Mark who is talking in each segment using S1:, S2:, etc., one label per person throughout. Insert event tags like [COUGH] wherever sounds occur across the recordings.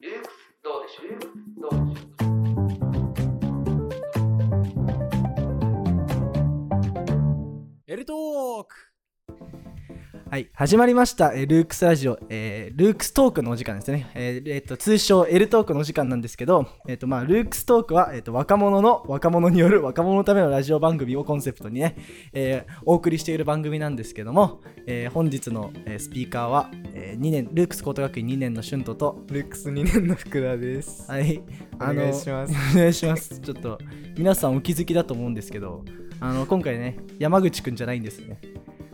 S1: ルークスどうでしょうルークスどうでしょう
S2: エルトークはい始まりました、えールークスラジオ、えールークストークのお時間ですね、えーえーと通称エルトークのお時間なんですけど、えーとまあ、ルークストークは、えーと若者の若者による若者のためのラジオ番組をコンセプトにね、えーお送りしている番組なんですけども、えー本日の、えースピーカーは、えー、2年ルークス高等学院2年の俊斗と
S3: ルックス2年の福田です。
S2: はい
S3: お願いします。
S2: お願いしますちょっと皆さんお気づきだと思うんですけどあの今回ね山口くんじゃないんですね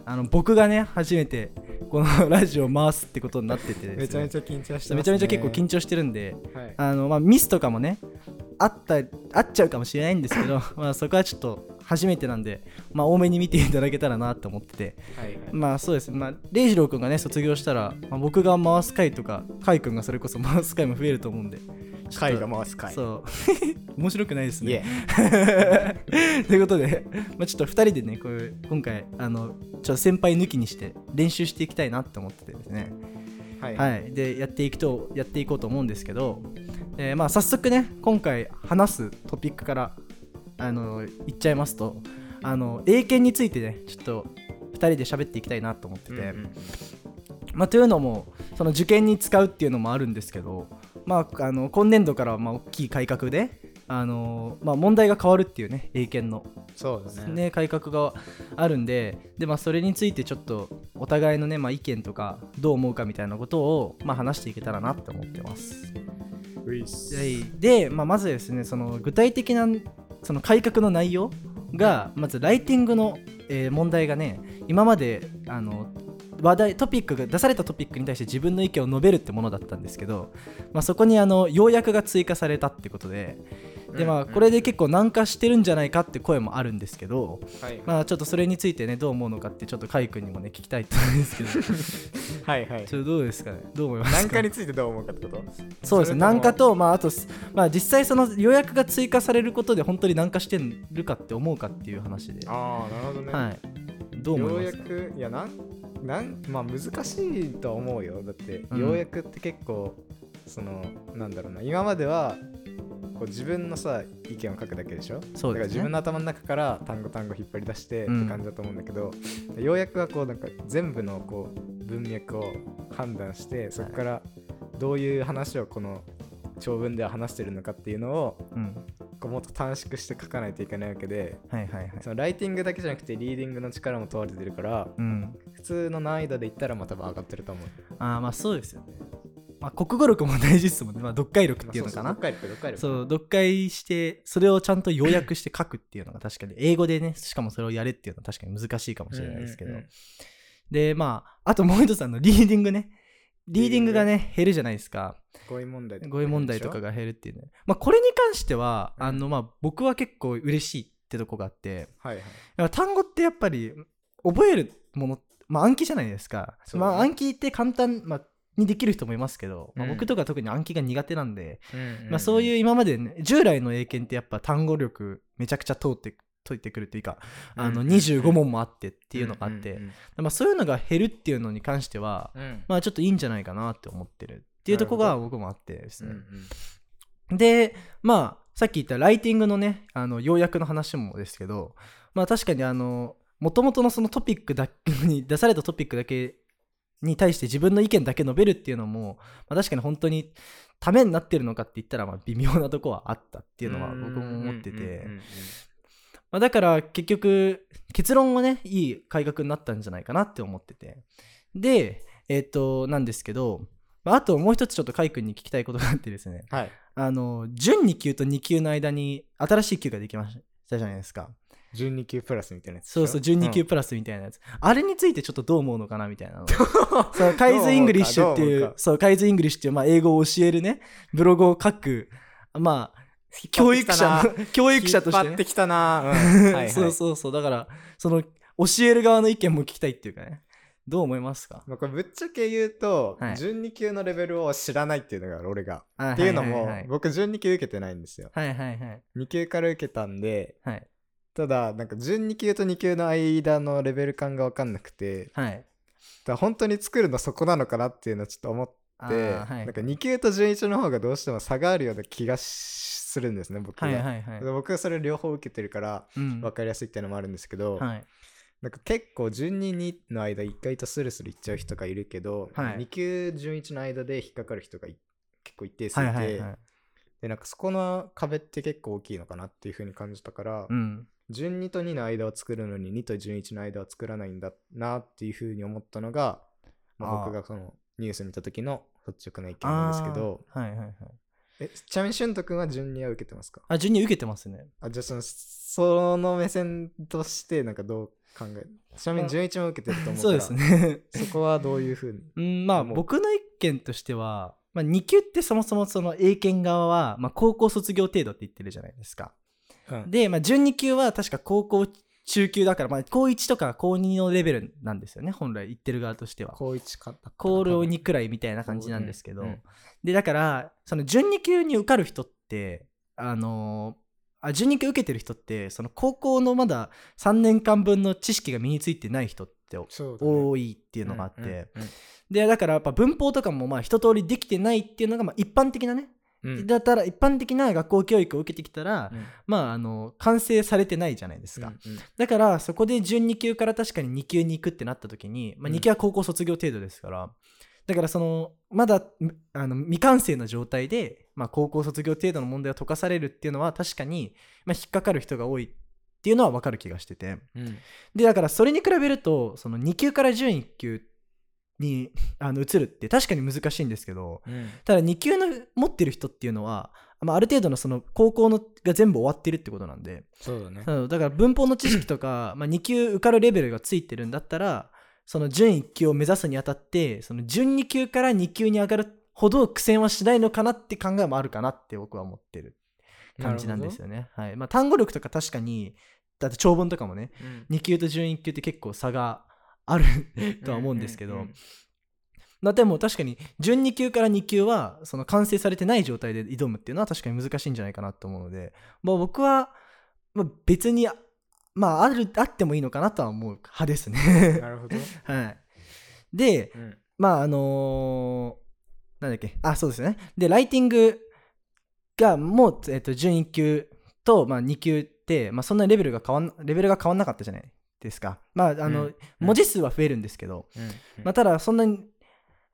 S2: あの僕がね初めてこのラジオ回すってことになっててですね
S3: めちゃめちゃ緊張してます、ね。
S2: めちゃめちゃ結構緊張してるんで
S3: 張。はい。
S2: あの、まあ、ミスとかもねあったあっちゃうかもしれないんですけど [LAUGHS] まあそこはちょっと初めてなんで、まあ、多めに見ていただけたらなと思ってて
S3: はい
S2: まあそうですまあ礼二郎君がね卒業したら、まあ、僕が回す回とか海君がそれこそ回す回も増えると思うんで
S3: 回が回す回。う。
S2: そう [LAUGHS] 面白くないです
S3: い
S2: ね。
S3: え。
S2: ということで、まあ、ちょっと2人でねこういう今回あのちょっと先輩抜きにして練習していきたいなと思っててですね、
S3: はい。
S2: はいでやっていくとやっていこうと思うんですけど、えーまあ、早速ね今回話すトピックからあの言っちゃいますとあの英検についてねちょっと2人で喋っていきたいなと思ってて。
S3: うんうん
S2: まあ、というのもその受験に使うっていうのもあるんですけど、まあ、あの今年度からはまあ大きい改革で、あのまあ、問題が変わるっていうね英検の、
S3: そうだね。
S2: ね、改革があるんでで、まあ、それについてちょっとお互いのね、まあ、意見とかどう思うかみたいなことを、まあ、話していけたらなって思ってます。
S3: ういっす。
S2: はいで、まあ、まずですねその具体的なその改革の内容がまずライティングの、えー問題がね今まであの話題トピックが出されたトピックに対して自分の意見を述べるってものだったんですけど、まあ、そこにあの要約が追加されたってことでで、まあ、
S3: うんうん
S2: これで結構難化してるんじゃないかって声もあるんですけど、
S3: はい。
S2: まあ、ちょっとそれについてねどう思うのかってちょっと海君にもね聞きたいと思うんですけど
S3: [LAUGHS] はい [LAUGHS] はい。
S2: ちょっとどうですかねどう思います
S3: 難
S2: か
S3: 関についてどう思うかってこと
S2: そうですね
S3: それとも
S2: 軟化と、まあ、あとす、まあ、実際その予約が追加されることで本当に難化してるかって思うかっていう話で、
S3: あ
S2: は
S3: あ、なるほどね。
S2: い、どう思
S3: よう
S2: いま
S3: や
S2: すか
S3: く、いや、なん、なん、まあ難しいとは思うよ。だって、
S2: うん
S3: ようやくって結構、その、なんだろうな、今までは、こう自分のさ意見を書くだけでしょ
S2: そう
S3: だか
S2: ですね
S3: ら自分の頭の中から単語単語引っ張り出してって
S2: うん
S3: 感じだと思うんだけど、ようやくはこうなんか全部のこう文脈を判断してそこからどういう話をこの長文では話してるのかっていうのを
S2: うん
S3: こうもっと短縮して書かないといけないわけで
S2: はいはいはい
S3: そのライティングだけじゃなくてリーディングの力も問われてるから
S2: うん
S3: 普通の難易度で言ったらまあ多分上がってると思う。
S2: あーまあそうですよね、まあ、国語力も大事ですもんね、まあ、読解力っていうのかな、
S3: まあそうそうどっかやる
S2: そう読解してそれをちゃんと要約して書くっていうのが確かに英語でねしかもそれをやれっていうのは確かに難しいかもしれないですけど、
S3: うんうんうん
S2: でまああともう一つあのリーディングねリーディングがね減るじゃないですか
S3: 語彙問題とか
S2: 語彙問題とか
S3: が。
S2: が減るっていうね、まあ、これに関しては、
S3: うん
S2: あのまあ僕は結構嬉しいってとこがあって
S3: はいはい。
S2: やっぱ単語ってやっぱり覚えるもの、まあ、暗記じゃないですか、
S3: そうだね
S2: まあ、暗記って簡単、まあ、にできる人もいますけど、まあ、
S3: うん
S2: 僕とか特に暗記が苦手なんで、まあ、そう
S3: うん
S2: いう今まで、ね、従来の英検ってやっぱ単語力めちゃくちゃ通って解いてくるというかあの
S3: うん
S2: 25問もあってっていうのがあっ
S3: う
S2: て
S3: んう、ん
S2: まあ、そういうのが減るっていうのに関しては、
S3: うんうん
S2: まあ、ちょっといいんじゃないかなって思ってるっていうところが僕もあってです
S3: うん
S2: ね、
S3: うん
S2: でまあさっき言ったライティングのねあの要約の話もですけどまあ確かにあの元々のそのトピックだに出されたトピックだけに対して自分の意見だけ述べるっていうのも、まあ、確かに本当にためになってるのかって言ったらまあ微妙なとこはあったっていうのは僕も思っ
S3: う
S2: て
S3: んうんうん
S2: て
S3: うんうん
S2: まあだから結局結論はねいい改革になったんじゃないかなって思っててでえっ、となんですけど、まあ、あともう一つちょっと海君に聞きたいことがあってですね
S3: はい。
S2: あの、準2級と2級の間に新しい級ができましたじゃないですか。
S3: 12級プラスみたいなやつでし
S2: そ
S3: ょ。
S2: うそう、12級
S3: ん
S2: プラスみたいなやつ。あれについてちょっとどう思うのかなみたいなの。 [LAUGHS] そう、カイズ・イングリッシュってい
S3: どう思う
S2: う
S3: か、
S2: そう、カイズ・イングリッシュっていう、まあ、英語を教えるね、ブログを書く、まあ、教育者 [LAUGHS] の、教育者として、
S3: 引っ張
S2: ね
S3: って。きたな。うんはいはい
S2: [LAUGHS] そうそうそう、だから、その、教える側の意見も聞きたいっていうかね。どう思いますか
S3: まあこれぶっちゃけ言うと、
S2: はい
S3: 12級のレベルを知らないっていうのが俺が。
S2: っ
S3: っていうのも、
S2: はい
S3: 僕12級受けてないんですよ。
S2: はいはいはい。
S3: 2級から受けたんで、
S2: はい。
S3: ただ、なんか12級と2級の間のレベル感が分かんなくて、
S2: はい。
S3: だから本当に作るのそこなのかなっていうのをちょっと思っ
S2: あ
S3: て、
S2: ーはい
S3: なんか2級と準1の方がどうしても差があるような気がしするんですね僕は,
S2: は
S3: で、
S2: いはいはい。
S3: 僕はそれ両方受けてるから
S2: うん
S3: 分かりやすいっていうのもあるんですけど、
S2: はい。
S3: なんか結構順2にの間1回とスルスルいっちゃう人がいるけど、
S2: は
S3: 2
S2: い
S3: 級順1の間で引っかかる人がい結構一定数い
S2: は
S3: て、
S2: いはいはい。
S3: でなんかそこの壁って結構大きいのかなっていうふうに感じたから、
S2: うん。
S3: 順2と2の間を作るのに2と順1の間は作らないんだなっていうふうに思ったのが、まあ
S2: あー
S3: 僕がそのニュース見た時の率直な意見なんですけど
S2: あーはいはいはい。
S3: えちなみに俊斗君は順2は受けてますか
S2: あ、順に受けてますね。
S3: あじゃあそのその目線としてなんかどう考えちなみに順1も受けてると思うか
S2: そう
S3: ら
S2: です [LAUGHS] ね。
S3: そこはどういうふう
S2: [LAUGHS]
S3: に
S2: うん、まあ
S3: もう
S2: 僕の意見としては、まあ、2級ってそもそもその英検側は、まあ、高校卒業程度って言ってるじゃないですか。
S3: うん
S2: で、まあ、準2級は確か高校中級だから、まあ、高1とか高2のレベルなんですよね本来言ってる側としては。
S3: 高1かだったかな
S2: 高
S3: 多分
S2: 2くらいみたいな感じなんですけど、
S3: うんうん
S2: でだからその準2級に受かる人ってあのーあ準2級受けてる人ってその高校のまだ3年間分の知識が身についてない人って
S3: そうだね
S2: 多いっていうのがあって、
S3: うんうん
S2: でだからやっぱ文法とかもまあ一通りできてないっていうのがまあ一般的なね、
S3: うんうん
S2: だったら一般的な学校教育を受けてきたら、
S3: うん
S2: まああの完成されてないじゃないですか、
S3: うんうん
S2: だからそこで準2級から確かに2級に行くってなった時に、まあ、
S3: うん
S2: 2級は高校卒業程度ですから、だからそのまだむあの未完成な状態で、まあ、高校卒業程度の問題を解かされるっていうのは確かに、まあ、引っかかる人が多いっていうのは分かる気がしてて
S3: うん
S2: でだからそれに比べるとその2級から準1級にあの移るって確かに難しいんですけど
S3: うん
S2: ただ2級の持ってる人っていうのは、まあ、ある程度のその高校のが全部終わってるってことなんで
S3: そうだね
S2: そうだから文法の知識とかまあ2級受かるレベルがついてるんだったらその準1級を目指すにあたってその準2級から2級に上がるほど苦戦はしないのかなって考えもあるかなって僕は思ってる感じなんですよね。はいまあ、単語力とか確かにだって長文とかもね
S3: うん
S2: 2級と準1級って結構差がある [LAUGHS] とは思うんですけど、
S3: うんうんうん
S2: まあでも確かに準2級から2級はその完成されてない状態で挑むっていうのは確かに難しいんじゃないかなと思うので、まあ、僕は、まあ、別にまああるあってもいいのかなとは思う派ですね。
S3: なるほど、
S2: はい、で
S3: うん
S2: まああのーなんだっけあそうですねでライティングがもう、えっと準1級と、まあ、2級って、まあ、そんなにレベルが変わんレベルが変わんなかったじゃないですか。まああの
S3: うん
S2: 文字数は増えるんですけど、
S3: うん
S2: まあ、ただそんなに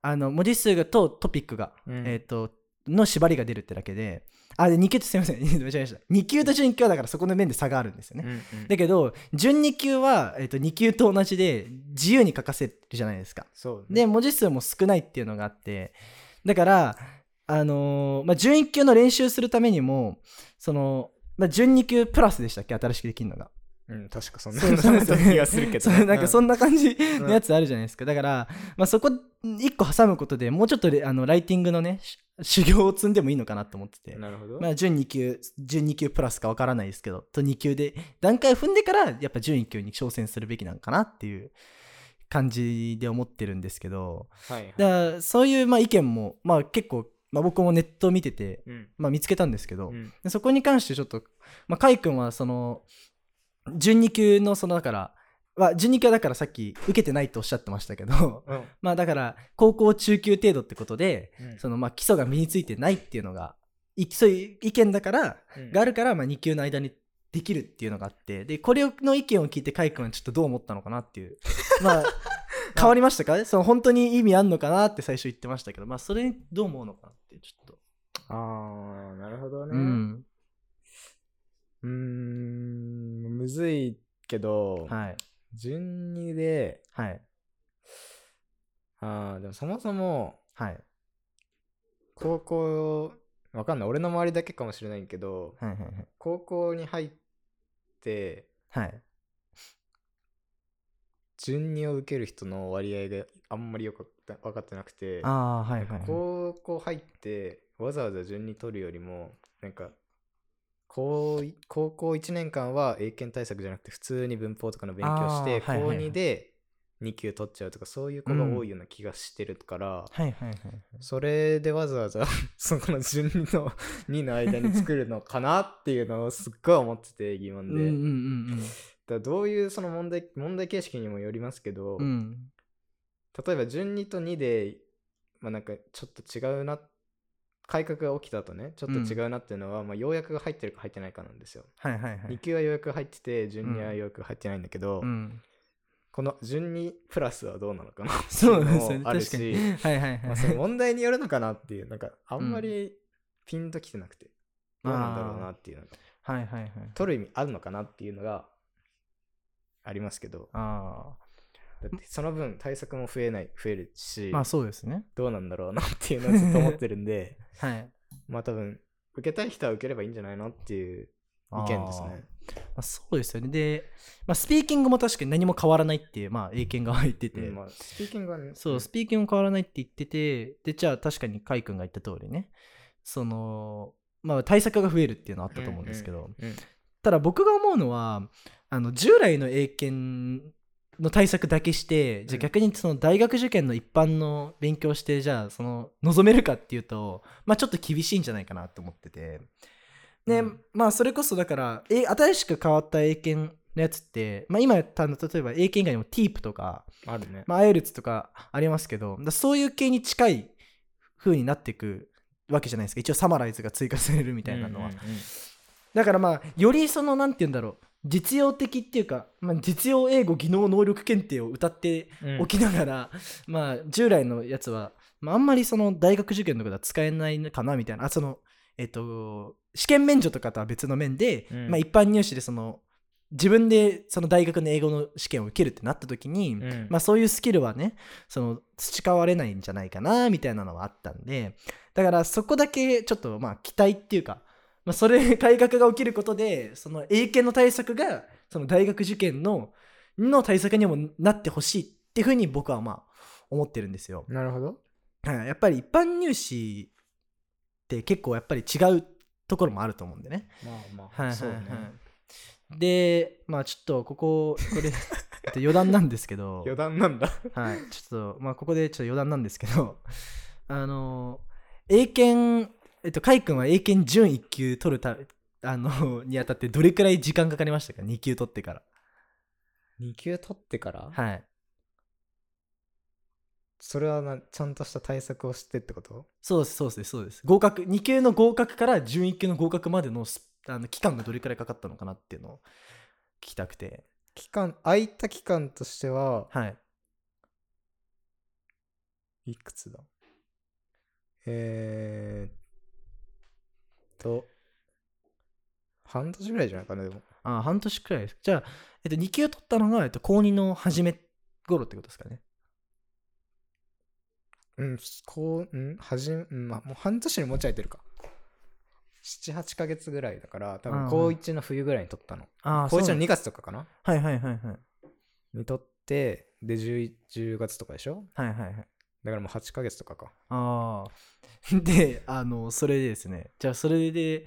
S2: あの文字数がとトピックが、
S3: うん
S2: えー、との縛りが出るってだけであで2級とすみません [LAUGHS] 間違えました2級と準1級はだからそこの面で差があるんですよね、
S3: うんうん
S2: だけど準2級は、えー、と2級と同じで自由に書かせるじゃないですか
S3: そうね
S2: で文字数も少ないっていうのがあってだからあのーまあ、準1級の練習するためにもその、まあ、準2級プラスでしたっけ新しくできるのが
S3: うん、確かそん
S2: そうそう
S3: な気がするけど、
S2: そうなんかそ
S3: ん
S2: んな感じのやつあるじゃないですか、だから、まあ、そこ1個挟むことでもうちょっとであのライティングのねし修行を積んでもいいのかなと思ってて、
S3: なるほど、
S2: まあ、準2級準2級プラスかわからないですけどと2級で段階を踏んでからやっぱ準1級に挑戦するべきなのかなっていう感じで思ってるんですけど
S3: はいはい
S2: だからそういうまあ意見も、まあ、結構、まあ、僕もネットを見てて、
S3: うん
S2: まあ、見つけたんですけど、
S3: うん
S2: でそこに関してちょっと、まあ、カイ君はその12級のそのだから、まあ、12級はだからさっき受けてないとおっしゃってましたけど [LAUGHS]
S3: うん
S2: まあだから高校中級程度ってことで
S3: うん
S2: そのまあ基礎が身についてないっていうのがいそういう意見だから
S3: うん
S2: があるからまあ2級の間にできるっていうのがあってでこれの意見を聞いてカイ君はちょっとどう思ったのかなっていう [LAUGHS] まあ変わりましたかその本当に意味あんのかなって最初言ってましたけどまあそれどう思うのかなってちょっと、
S3: [LAUGHS] ああなるほどねう
S2: う
S3: ん
S2: ん
S3: ーんむずいけど、
S2: はい
S3: 順にで
S2: はい
S3: あーでもそもそも
S2: はい
S3: 高校わかんない俺の周りだけかもしれないけど
S2: はいはいはい
S3: 高校に入って
S2: はい。
S3: 順にを受ける人の割合があんまりよく分かってなくて
S2: ああ、はい
S3: なん
S2: はい
S3: か
S2: はい。
S3: 高校入ってわざわざ順に取るよりもなんか高い高校1年間は英検対策じゃなくて普通に文法とかの勉強して、
S2: あーはいはいはい
S3: 高2で2級取っちゃうとかそういう子が多いような気がしてるから、
S2: はいはいはい。
S3: それでわざわざ [LAUGHS] そこの順2の2の間に作るのかなっていうのをすっごい思ってて疑
S2: う
S3: 問
S2: んう
S3: で、だか
S2: ん
S3: らどういうその問題問題形式にもよりますけど、
S2: うんうん。
S3: 例えば順2と2でまあなんかちょっと違うな改革が起きた後ねちょっと違うなっていうのは、まあ要約が入ってるか入ってないかなんですよ、
S2: はいはいは
S3: 2
S2: い。
S3: 級は要約入ってて順には要約入ってないんだけど、
S2: うん、
S3: この順にプラスはどうなのか
S2: [LAUGHS]
S3: な
S2: そうです
S3: っていう
S2: ね
S3: のもある
S2: 確かに。
S3: し、
S2: はいはい
S3: ま
S2: は
S3: あ、
S2: い。
S3: その問題によるのかなっていうなんかあんまりピンときてなくて、どうなんだろうなっていうのが
S2: はいはいはい。
S3: 取る意味あるのかなっていうのがありますけど
S2: あ
S3: だってその分対策も増えない増えるし、
S2: あ。まあそうですね。
S3: どうなんだろうなっていうのをずっと思ってるんで
S2: はい。
S3: まあ多分受けたい人は受ければいいんじゃないのっていう意見ですね。
S2: まあ、そうですよね。で、まあ、スピーキングも確かに何も変わらないっていう、まあ、英検が入ってて、
S3: うんまあ、スピーキングはね
S2: そう、スピーキングも変わらないって言ってて、で、じゃあ確かにカイ君が言った通りね、その、まあ、対策が増えるっていうのはあったと思うんですけど、
S3: うんうん
S2: ただ僕が思うのはあの従来の英検の対策だけしてじ
S3: う
S2: ゃ
S3: ん
S2: あ逆にその大学受験の一般の勉強してじゃあその望めるかっていうと、まあ、ちょっと厳しいんじゃないかなと思っててで、
S3: うん
S2: まあそれこそだからえ新しく変わった英検のやつって、まあ、今やったの例えば英検以外にも TEEP とか、
S3: あるね、
S2: まあ、アイルツとかありますけどだそういう系に近い風になっていくわけじゃないですか一応サマライズが追加されるみたいなのは。
S3: うんうんうん
S2: だからまあよりそのなんて言うんだろう実用的っていうか、まあ、実用英語技能能力検定を歌って
S3: うん
S2: おきながら、まあ従来のやつは、まあ、あんまりその大学受験とかでは使えないのかなみたいなあそのえっと試験免除とかとは別の面で、
S3: うん
S2: まあ、一般入試でその自分でその大学の英語の試験を受けるってなった時に、
S3: うん
S2: まあ、そういうスキルはねその培われないんじゃないかなみたいなのはあったんでだからそこだけちょっとまあ期待っていうか、まあ、それ改革が起きることでその英検の対策がその大学受験のの対策にもなってほしいっていうふうに僕はまあ思ってるんですよ。
S3: なるほど。
S2: はいやっぱり一般入試って結構やっぱり違うところもあると思うんでね。
S3: まあま
S2: はいはい
S3: そうね
S2: はい。でまあちょっとこここ [LAUGHS] れえっと余談なんですけど
S3: 余談なんだ。
S2: はい、ちょっと、まあ、ここでちょっと余談なんですけど、 [LAUGHS] あの、英検、えっと、カイ君は英検準1級取るた、あの、 [LAUGHS] にあたってどれくらい時間かかりましたか ?2 級取ってから。
S3: 2級取ってから
S2: はい。
S3: それはなちゃんとした対策をしてってこと
S2: そうです、そうです、そうです。合格、2級の合格から準1級の合格までのスあの期間がどれくらいかかったのかなっていうのを聞きたくて。
S3: 期間、空いた期間としては、
S2: はい。
S3: いくつだえーっと、半年ぐらいじゃないかな、でも。
S2: あ、半年くらいです。じゃあ、えっと、2級取ったのが、えっと、高2の初め頃ってことですかね。
S3: うん、こう、うん、はじめ、うん、まあ、もう半年にもちゃいてるか。7、8ヶ月ぐらいだから、多
S2: あ
S3: 分
S2: ー
S3: 高1の冬ぐらいに取ったの。
S2: あ
S3: 高
S2: う
S3: 1
S2: なん
S3: の2月とかかな
S2: はいはいはいはい。
S3: に取って、で、11 10月とかでしょ
S2: はいはいはい。
S3: だからもう8ヶ月とかか。
S2: ああ。 [LAUGHS] で、あの、それでですね、じゃあそれで、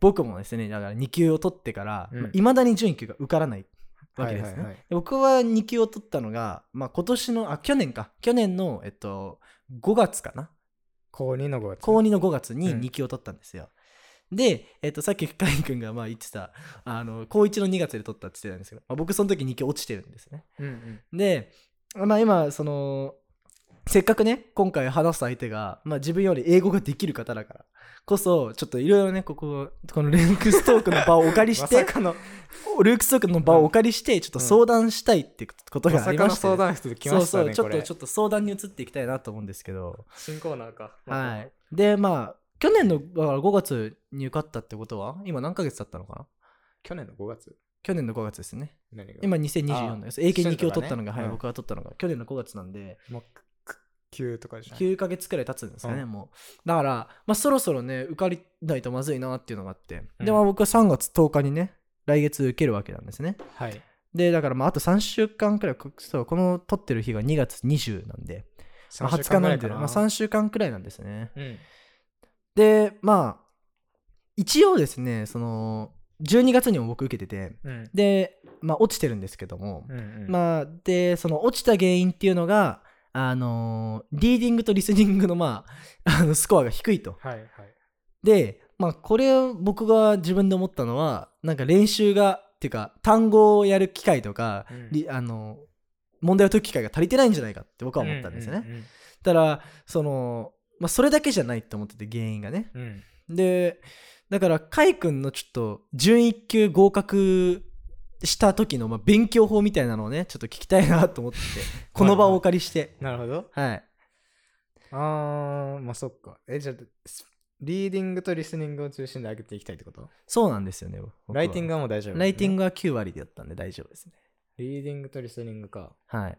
S2: 僕もですね、だから2級を取ってから、
S3: うん
S2: いまあ未だに準1級が受からないわけです
S3: は
S2: ね。
S3: いはいはい
S2: で僕は2級を取ったのが、まあ今年の、あ、去年か、去年の、えっと、5月かな。
S3: 高2の5月。
S2: 高2の5月に
S3: うん
S2: 2級を取ったんですよ。で、えっと、さっき深井君がまあ言ってた、あの、高1の2月で取ったって言ってたんですけど、まあ、僕その時2級落ちてるんですね。
S3: うんうん。
S2: で、まあ、今そのせっかくね今回話す相手が、まあ、自分より英語ができる方だからこそちょっといろいろねこここのルークストークの場をお借りし
S3: ま
S2: て
S3: さかの、
S2: ルークストークの場をお借りしてちょっと相談したいってこと
S3: ま
S2: があ
S3: さ
S2: り
S3: か
S2: ま
S3: の
S2: してね、
S3: 相談室で来ましたね、
S2: そうそう
S3: こ
S2: ちょっ
S3: れ
S2: とちょっと相談に移っていきたいなと思うんですけど
S3: 新コーナーか。
S2: はいでまあ去年のだから5月に受かったってことは今何ヶ月だったのかな
S3: 去年の5月
S2: 去年の5月ですね
S3: 何が
S2: 今2024年です英検2級を取ったのが、
S3: シェルトがね
S2: はい
S3: うん
S2: 僕が取ったのが去年の5月なんで
S3: もう9とかじゃない
S2: 9ヶ月くらい経つんですかね、
S3: う
S2: もうだから、まあ、そろそろね受かりないとまずいなっていうのがあって、
S3: うん
S2: でまあ僕は3月10日にね来月受けるわけなんですね
S3: はい。
S2: でだからまああと3週間くらいこそうこの撮ってる日が2月20なんで、まあ、20日なんでまあ、3週間くらいなんですね
S3: うん。
S2: でまあ一応ですねその12月にも僕受けてて
S3: うん。
S2: でまあ落ちてるんですけども、
S3: うん。あ、
S2: まあでその落ちた原因っていうのがあのーリーディングとリスニングのまああのスコアが低いと。
S3: はいはい。
S2: でまあこれを僕が自分で思ったのはなんか練習がっていうか単語をやる機会とか、
S3: うん
S2: りあの問題を解く機会が足りてないんじゃないかって僕は思ったんですね。
S3: うんうんうん
S2: たらその、まあ、それだけじゃないと思ってて原因がね
S3: うん
S2: でだからカイ君のちょっと準一級合格した時のまあ勉強法みたいなのをねちょっと聞きたいなと
S3: [LAUGHS]
S2: 思っててこの場をお借りして
S3: なるほど
S2: はい
S3: あーまあそっかえじゃあリーディングとリスニングを中心で上げていきたいってこと
S2: そうなんですよね僕は
S3: ライティングはもう大丈夫、
S2: ライティングは9割だったんで大丈夫ですね
S3: リーディングとリスニングか
S2: はい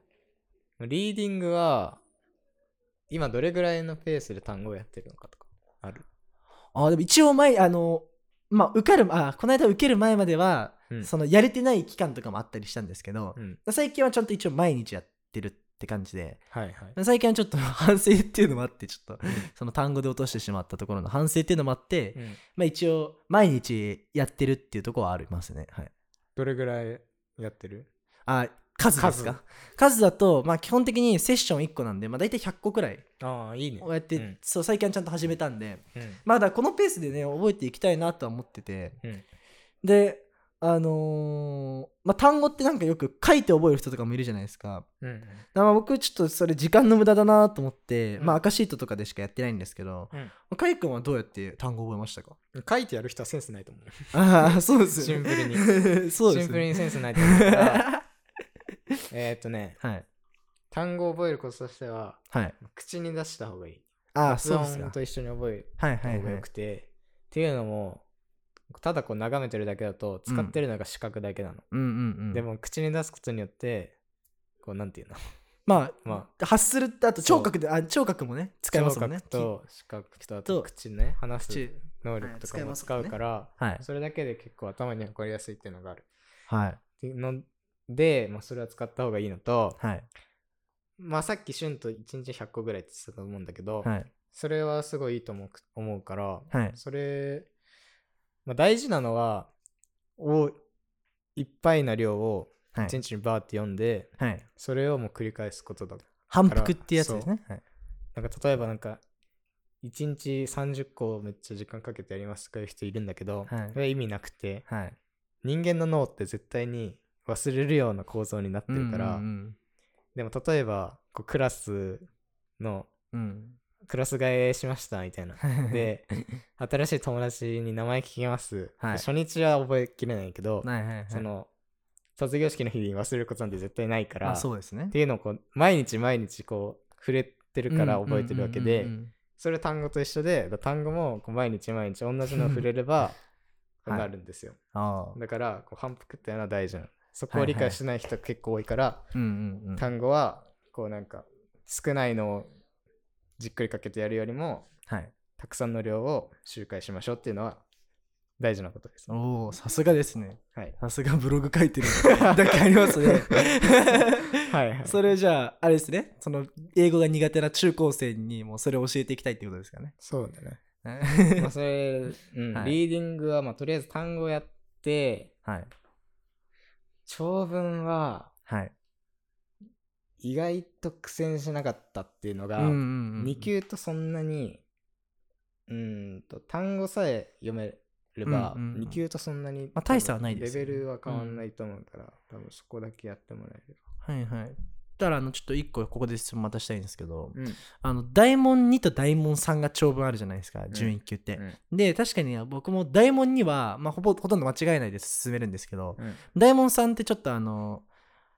S3: リーディングは今どれぐらいのペースで単語をやってるのかとかある
S2: あでも一応前あのまあ受かるあこの間受ける前までは、
S3: うん
S2: そのやれてない期間とかもあったりしたんですけど、
S3: うん
S2: 最近はちゃんと一応毎日やってるって感じで
S3: はいはい
S2: 最近はちょっと [LAUGHS] 反省っていうのもあってちょっとその単語で落としてしまったところの反省っていうのもあって、
S3: うん
S2: まあ一応毎日やってるっていうところはありますねはい
S3: どれぐらいやってる
S2: あ数ですか数だと、まあ、基本的にセッション1個なんで、まあ、大体100個くらい
S3: ああいいね
S2: をやって、
S3: うん
S2: そう最近はちゃんと始めたんで、
S3: うん
S2: まあだからこのペースでね覚えていきたいなとは思ってて、
S3: うん
S2: であのーまあ単語ってなんかよく書いて覚える人とかもいるじゃないですか
S3: うん
S2: だからまあ僕ちょっとそれ時間の無駄だなと思って、
S3: うん
S2: まあ赤シートとかでしかやってないんですけど、
S3: うん
S2: かいくんはどうやって単語覚えま
S3: [LAUGHS]
S2: したか
S3: 書いてやる人はセンスないと思う
S2: ああそうです
S3: シ
S2: よ
S3: ン
S2: ね
S3: プルに
S2: [LAUGHS] そうで
S3: シ
S2: す
S3: ンプル
S2: ね
S3: にセンスないと思
S2: [LAUGHS]
S3: うからえーっとね
S2: はい
S3: 単語を覚えるコツとしては
S2: はい
S3: 口に出した方がいい
S2: ああ
S3: 発
S2: そうですか
S3: 音と一緒に覚え
S2: はい
S3: た
S2: はい
S3: 方が
S2: は
S3: よ
S2: い
S3: くて、っていうのもただこう眺めてるだけだと使ってるのが視覚だけなの、
S2: うんうんうん
S3: でも口に出すことによってこうなんていうの
S2: まあ、
S3: ま
S2: 発するってあと聴覚であ聴覚もね使いますもんね
S3: 聴覚と視覚とあと
S2: と
S3: 口ね話す
S2: 口
S3: 能力とか
S2: は
S3: も
S2: い使
S3: 使
S2: えますもん
S3: う
S2: ね
S3: から、
S2: はい
S3: それだけで結構頭に残りやすいっていうのがある
S2: はい
S3: っていうので、まあ、それは使った方がいいのと、
S2: はい
S3: まあ、さっきシュンと1日100個ぐらいって言ってたと思うんだけど、
S2: はい
S3: それはすごいいいと思う思うから、
S2: はい
S3: それ、まあ、大事なのはおいっぱいな量を
S2: はい
S3: 1日にバーって読んで、
S2: はい
S3: それをもう繰り返すことだ
S2: 反復ってやつですね。はい
S3: なんか例えばなんか1日30個めっちゃ時間かけてやりますとかいう人いるんだけど、
S2: はい
S3: それは意味なくて
S2: はい。
S3: 人間の脳って絶対に忘れるような構造になってるから、
S2: うん
S3: でも例えばこうクラスの
S2: うんうん。
S3: クラス替えしましたみたい
S2: [LAUGHS]
S3: な
S2: うん、
S3: で新しい友達に名前聞きます、
S2: は
S3: で
S2: い
S3: 初日は覚えきれないけど、
S2: はいはいはい。
S3: その卒業式の日に忘れることなんて絶対ないから
S2: あ、そうですね
S3: っ。ていうのをこう毎日毎日こう触れてるから覚えてるわけで、
S2: うんうんうんうん
S3: それ単語と一緒でだから単語もこう毎日毎日同じのを触れれば
S2: はい
S3: なるんですよ、
S2: ああ。
S3: だからこう反復っていうのは大事なのそこを理解してない人結構多いから、
S2: うんうんうん。
S3: 単語はこうなんか少ないのをじっくりかけてやるよりも
S2: はい。
S3: たくさんの量を周回しましょうっていうのは大事なことです、ね、
S2: おお、さすがですね。
S3: はい
S2: さすがブログ書
S3: [LAUGHS]
S2: いてるのだけありますね。
S3: はいはい
S2: それじゃあ、あれですね。その、英語が苦手な中高生にもそれを教えていきたいってことですか
S3: [LAUGHS]
S2: ね。
S3: そうだね [LAUGHS] まあ
S2: は
S3: それ、うん
S2: はい
S3: リーディングはまあとりあえず単語をやって
S2: い。
S3: 長文は
S2: はい。
S3: 意外と苦戦しなかったっていうのが、2
S2: 2
S3: 級とそんなにうーんと単語さえ読めれば
S2: うんうんうん
S3: 2級とそんなに、
S2: まあ大差はないですよ
S3: レ
S2: ね
S3: ベルは変わんないと思うから、多分そこだけやってもらえれ
S2: はいはい。たら、あの、ちょっと1個ここで質問またしたいんですけど、
S3: ば、
S2: あの大問2と大問3が長文あるじゃないですか
S3: ん
S2: 準1級って、
S3: うん
S2: で確かにね僕も大問2は、まあ、ほぼほとんど間違いないで進めるんですけど
S3: うん
S2: 大問3ってちょっとあの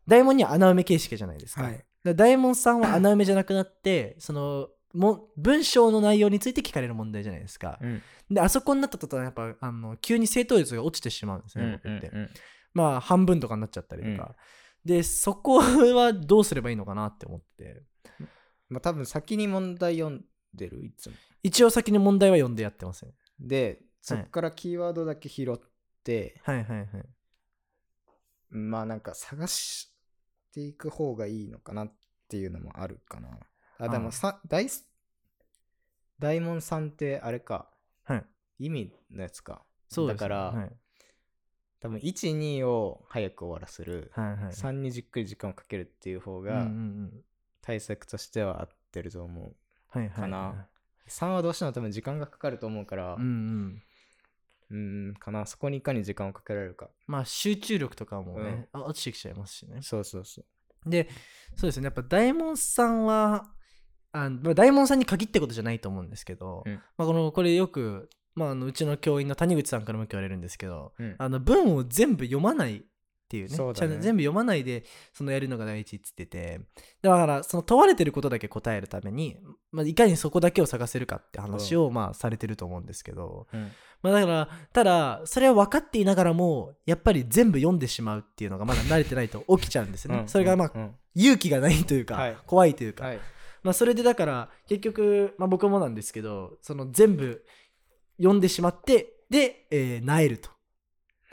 S2: 大問2は穴埋め形式じゃないですか,、
S3: はい
S2: 大問3は穴埋めじゃなくなってそのも文章の内容について聞かれる問題じゃないですか、
S3: うん
S2: であそこになった途端やっぱあの急に正答率が落ちてしまうんですね、僕って、まあ半分とかになっちゃったりとか、でそこはどうすればいいのかなって思って
S3: まあ多分先に問題読んでるいつも
S2: 一応先に問題は読んでやってますね
S3: でそっからキーワードだけ拾って、
S2: はいはいはい。
S3: まあなんか探していく方がいいのかなっていうのもあるかなあで
S2: あ
S3: もさ大す大門さんってあれか、
S2: はい
S3: 意味のやつか
S2: そうです
S3: だから、
S2: はい
S3: 多分12を早く終わらせる、
S2: はいはい。
S3: 3にじっくり時間をかけるっていう方
S2: うんう
S3: が
S2: んうん
S3: 対策としては合ってると思う、
S2: はいはい。
S3: かな。3はどうしても多分時間がかかると思うから
S2: うんうん。
S3: うんかなそこにいかに時間をかけられるか
S2: まあ集中力とかもね、あ落ちてきちゃいますしね。
S3: そうそうそう
S2: で、そうですね。やっぱ大門さんは、あのまあ大門さんに限ってことじゃないと思うんですけど、
S3: うん
S2: まあ、このこれよく、まあ、あのうちの教員の谷口さんからもよく言われるんですけど
S3: うん
S2: あの文を全部読まないっていうね
S3: そうだね
S2: ちゃん全部読まないでそのやるのが第一っつっててだからその問われてることだけ答えるために、まあ、いかにそこだけを探せるかって話を、まあ、されてると思うんですけど、
S3: うん
S2: まあ、だからただそれは分かっていながらもやっぱり全部読んでしまうっていうのがまだ慣れてないと起きちゃうんですよね。
S3: うん
S2: それがまあ
S3: うん
S2: 勇気がないというか、
S3: はい
S2: 怖いと [LAUGHS] いうか、
S3: はい
S2: まあ、それでだから結局、まあ、僕もなんですけどその全部読んでしまってで、えー、なえると、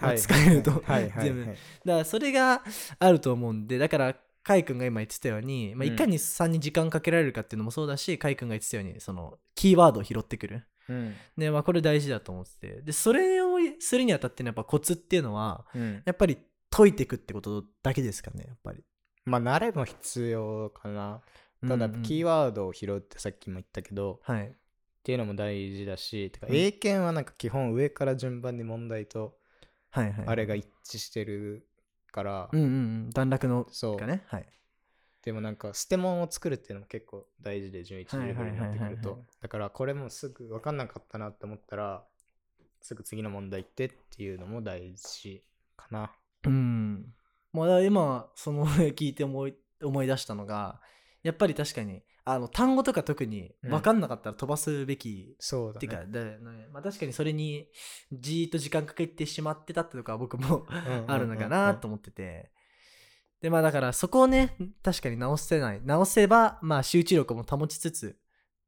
S2: まあ
S3: はい
S2: 使えると、
S3: はいはい
S2: 全部
S3: は
S2: だか
S3: い
S2: らそれがあると思うんでだからカイ君が今言ってたように、まあ、
S3: うん
S2: いかに3に時間かけられるかっていうのもそうだし、カイ君が言ってたようにそのキーワードを拾ってくる
S3: うん
S2: で、まあ、これ大事だと思っててでそれをするにあたってのやっぱコツっていうのは
S3: うん
S2: やっぱり解いていくってことだけですかねやっぱり。
S3: まあ慣れも必要かなただ
S2: うんうん
S3: キーワードを拾うってさっきも言ったけど
S2: はい、
S3: っていうのも大事だしてか
S2: うん
S3: 英検はなんか基本上から順番に問題と
S2: はいはい
S3: あれが一致してるから
S2: うんうんうん段落の
S3: そう
S2: がねはい
S3: でもなんか捨て物を作るっていうのも結構大事で順一レベルになってく
S2: はいはいはい
S3: る
S2: はいは
S3: とだからこれもすぐ分かんなかったなって思ったらすぐ次の問題行ってっていうのも大事かな
S2: うん。まあ、だから今、その聞いて思い思い出したのが、やっぱり確かに、あの、単語とか特に
S3: うん
S2: 分かんなかったら飛ばすべき。
S3: そうだ
S2: っていうか、
S3: ね
S2: だよねまあ、確かにそれにじーっと時間かけてしまってたってとかは僕もあるのかなと思ってて。で、まあだからそこをね、確かに直せない。直せば、まあ集中力も保ちつつ、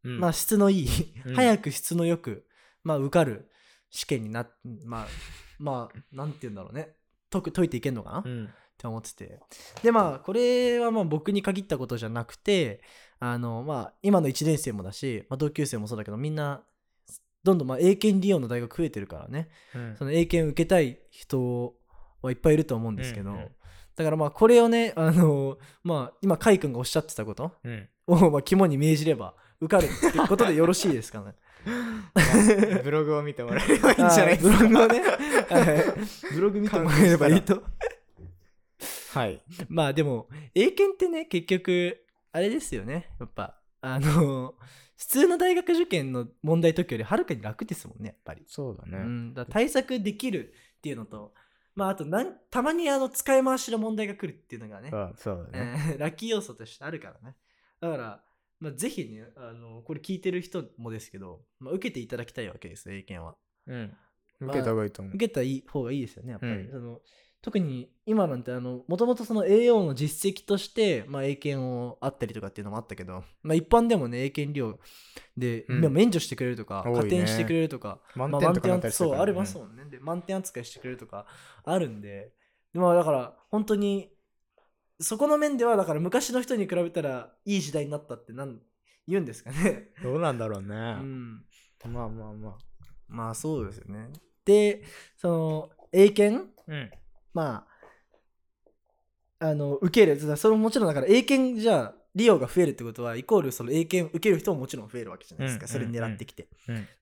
S3: うん
S2: まあ質のいい、
S3: うん
S2: 早く質のよく、まあ受かる試験になっ、まあ、まあ、なんて言うんだろうね。解く解いていけんのかな、
S3: うん
S2: って思っててでまあこれはまあ僕に限ったことじゃなくてあのまあ今の1年生もだし、まあ、同級生もそうだけどみんなどんどんまあ英検利用の大学増えてるからね
S3: うん
S2: その英検受けたい人はいっぱいいると思うんですけど、
S3: うんうん
S2: だからまあこれをねあのまあ今甲斐君がおっしゃってたこと
S3: うん
S2: をまあ肝に銘じれば受かるってことでよろしいですか
S3: [LAUGHS]
S2: ね
S3: ブログを見てもらえ
S2: [LAUGHS]
S3: ればいいんじゃないです
S2: あーブログ
S3: か
S2: をねはいブログ見てもらえればいいと
S3: はい
S2: まあでも英検ってね結局あれですよねやっぱあの普通の大学受験の問題解くよりはるかに楽ですもんねやっぱり、
S3: そうだ
S2: う
S3: ね
S2: ん、だから対策できるっていうのとまああとなんたまにあの使い回しの問題が来るっていうのがね、
S3: あそうだね
S2: え [LAUGHS] ーラッキー要素としてあるからねだから、まあ、ぜひねあのこれ聞いてる人もですけど、まあ、受けていただきたいわけですよ英検は
S3: うん受けた方がいいと思う
S2: 受けたい方がいいですよねやっぱり、
S3: うん
S2: その特に今なんてもともとその AO の実績として、まあ、英検をあったりとかっていうのもあったけど、まあ、一般でもね英検料で、
S3: うん
S2: まあ免除してくれるとか
S3: 多いね
S2: 加点してくれるとか
S3: 満
S2: まあ
S3: 点とかなったりする
S2: そう
S3: から
S2: あ
S3: ね
S2: りますもんね、で満点扱いしてくれるとかあるんででまあだから本当にそこの面ではだから昔の人に比べたらいい時代になったってなん言うんですかね、
S3: [LAUGHS] どうなんだろう
S2: う
S3: ね
S2: ん、
S3: まあまあまあ
S2: まあそうですよねでその英検
S3: うん
S2: まあ、あの、受ける。だからそれももちろんだから、英検じゃあ、利用が増えるってことは、イコールその英検受ける人ももちろん増えるわけじゃないですか。
S3: うん
S2: それに狙ってきて。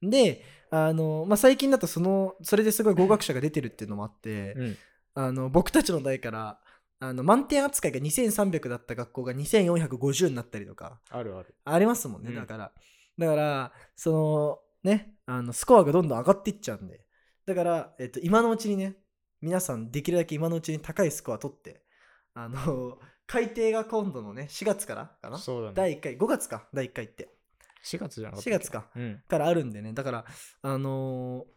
S3: うん
S2: で、あの、まあ、最近だとその、それですごい合格者が出てるっていうのもあって、
S3: うん
S2: あの、僕たちの代から、あの、満点扱いが2300だった学校が2450になったりとか、
S3: あるある
S2: ありますもんね、
S3: うん
S2: だから。だから、その、ね、あの、スコアがどんどん上がっていっちゃうんで。だから、えっと、今のうちにね、皆さんできるだけ今のうちに高いスコア取って、あの、 [LAUGHS] 改定が今度のね、4月からかな
S3: そうだね
S2: 第1回、5月か、第1回って。
S3: 4月じゃなかった
S2: 4月か。
S3: うん
S2: からあるんでね、だから、あのー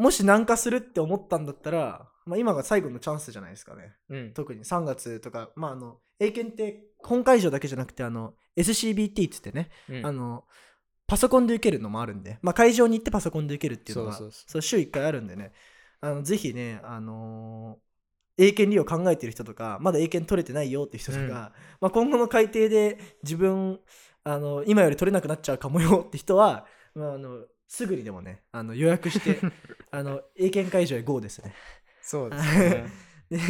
S2: もし難化するって思ったんだったら、まあ、今が最後のチャンスじゃないですかね。
S3: うん
S2: 特に3月とか、まあ、あの、英検って本会場だけじゃなくて、あの、SCBT ってってね、
S3: うん
S2: あのパソコンで受けるのもあるんで、まあ、会場に行ってパソコンで受けるっていうのが
S3: そうそうそ
S2: そう週1回あるんでねあのぜひね、あのー英検利用考えてる人とかまだ英検取れてないよって人とか、
S3: うん
S2: まあ、今後の改定で自分あの今より取れなくなっちゃうかもよって人は、まあ、あのすぐにでもねあの予約して
S3: [LAUGHS]
S2: あの英検会場へ GO ですね。
S3: そうですね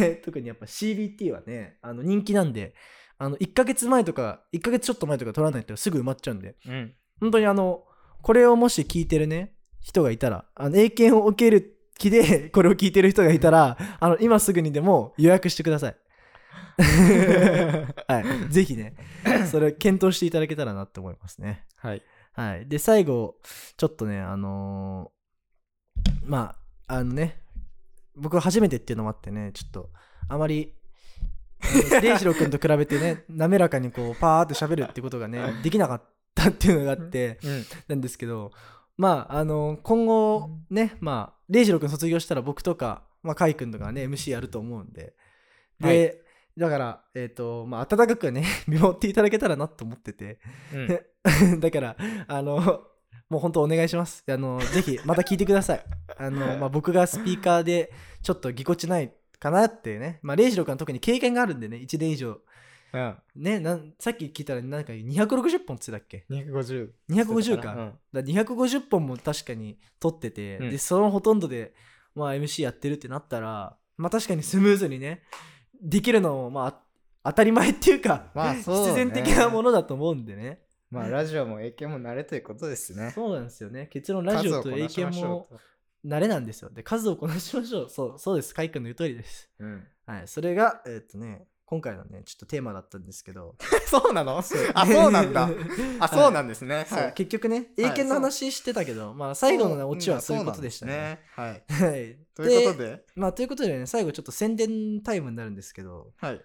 S2: で特にやっぱ CBT はねあの人気なんであの1ヶ月前とか1ヶ月ちょっと前とか取らないとすぐ埋まっ [LAUGHS] ちゃうんで
S3: うん
S2: 本当にあのこれをもし聞いてるね人がいたらあの英検を受け [LAUGHS] る気でこれを聞いてる人がいたらあの今すぐにでも予約してくださいはい、ぜひね、それ検討していただけたらなって思いますね。
S3: はい。
S2: はい。で、最後、ちょっとね、あのーまあ、あのね、僕初めてっていうのもあってね、ちょっと、あまり、 [LAUGHS] レイジロ君と比べてね、滑らかにこう、パーって喋るってことがね、できなかったっていうのがあって、
S3: うん。
S2: なんですけど、まあ、あの今後ね、まあ、レイジロ君卒業したら僕とか、まあ、カイ君とかね、MC やると思うんで、で、
S3: はい
S2: だから、えっ、と、まあ、温かくね、 [LAUGHS] 見守っていただけたらなと思ってて、 [LAUGHS]
S3: [LAUGHS] うん、
S2: だから、あの、もう本当お願いします。あの、ぜひ、また聞いてください。あ
S3: [LAUGHS]
S2: の、まあ、僕がスピーカーで、ちょっとぎこちないかなっていうね。まあ、レイジロ君は特に経験があるんでね、1年以上。
S3: うん。
S2: ね、なんさっき聞いたら、なんか260本っつってたっけ
S3: 250。
S2: ?250
S3: う
S2: か。
S3: ん
S2: だから250本も確かに撮ってて、
S3: うん
S2: で、そのほとんどで、まあ、MC やってるってなったら、まあ、確かにスムーズにね、できるのも、まあ、当たり前っていうか、 [LAUGHS]
S3: まあそう、
S2: 必然的なも
S3: の。
S2: のだと思うんでね。
S3: まあラジオも影響も慣れということですね。
S2: そうなんですよね。結論、ラジオ
S3: 数をこな
S2: と英検
S3: しましょ
S2: も慣れなんですよ。で、数をこなしましょう。そう、そうです。カイ君の言う通りです。
S3: うと。うん。
S2: はい。それが、えーっとね、今回のね、ちょっとテーマだったんですけど。。
S3: [LAUGHS] そうなのあ、そうなんだ
S2: [LAUGHS]
S3: あ、そうなんですね。
S2: そう
S3: はい。
S2: 結局ね、英検の話してたけど、まあ、最後のねオチはそういうことでしたね。
S3: ね。はい。
S2: はい。
S3: ということで、
S2: まあ、ということでね、最後ちょっと宣伝タイムになるんですけど、
S3: はい。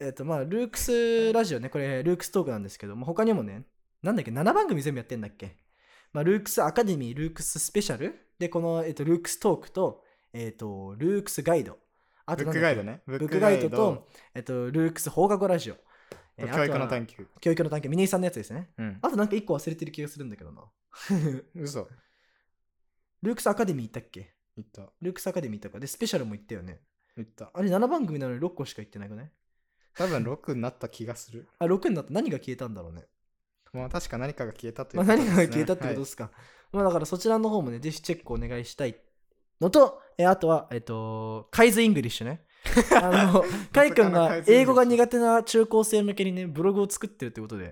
S2: えーっと、まあ、ルークスラジオね、これ、ルークストークなんですけど、まあ、他にもね、なんだっけ、7番組全部やってんだっけ。まあ、ルークスアカデミー、ルークススペシャル。で、この、えっと、ルークストークと、えっと、ルークスガイド。あ
S3: ブ
S2: とな
S3: ック
S2: んだっけ
S3: ガイド。ね。ブ
S2: ブックガイドと、、えっと、ルークス放課後ラジオ。えー
S3: 教育
S2: あ
S3: の
S2: とは
S3: 探求。
S2: 教育の探求。ミネイさんのやつですね。
S3: うん。
S2: あとなんか一個忘れてる気がするんだけどな。
S3: 嘘。
S2: ルークスアカデミー行ったっけ
S3: 言った。
S2: ルークスアカデミー行ったか。で、スペシャルも行ったよね。
S3: 言った。
S2: あれ7番組なのに6個しか行ってないくない
S3: 多分6になった気がす
S2: [LAUGHS]
S3: る。
S2: あ、6になった何が消えたんだろうね。
S3: まあ確か何かが消えたという
S2: まあ、
S3: ことです
S2: 何
S3: ね
S2: が消えたってことですか。まあ、だからそちらの方もね、ぜひチェックお願いしたいのと、えあとは、えっと、カイズ・イングリッシュ [LAUGHS] ね。あの、カイ君が英語が苦手な中高生向けにね、ブログを作ってるってことで、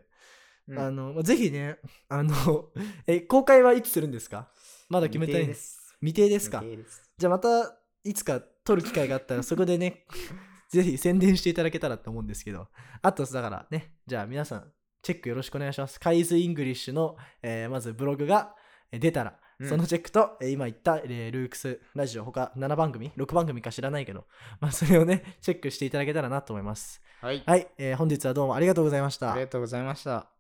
S3: はい
S2: あ
S3: うん
S2: の、まあぜひね、あの、え、公開はいつするんですかまだ決めてないん
S3: 未定
S2: です。
S3: す。
S2: 未定ですか
S3: 未定です
S2: じゃあまた、いつか撮る機会があったら、そこで
S3: [LAUGHS]
S2: ね、ぜひ宣伝していただけたらと思うんですけど、あと、だからね、じゃあ皆さん、チェックよろしくお願いします。カイズ・イングリッシュの、えーまずブログがえー出たら、
S3: うん
S2: そのチェックと、えー今言った、えールークスラジオ、他7番組、6番組か知らないけど、まあ、それをね、チェックしていただけたらなと思います。
S3: はい。
S2: はい、えー本日はどうもありがとうございました
S3: あり。がとうございました。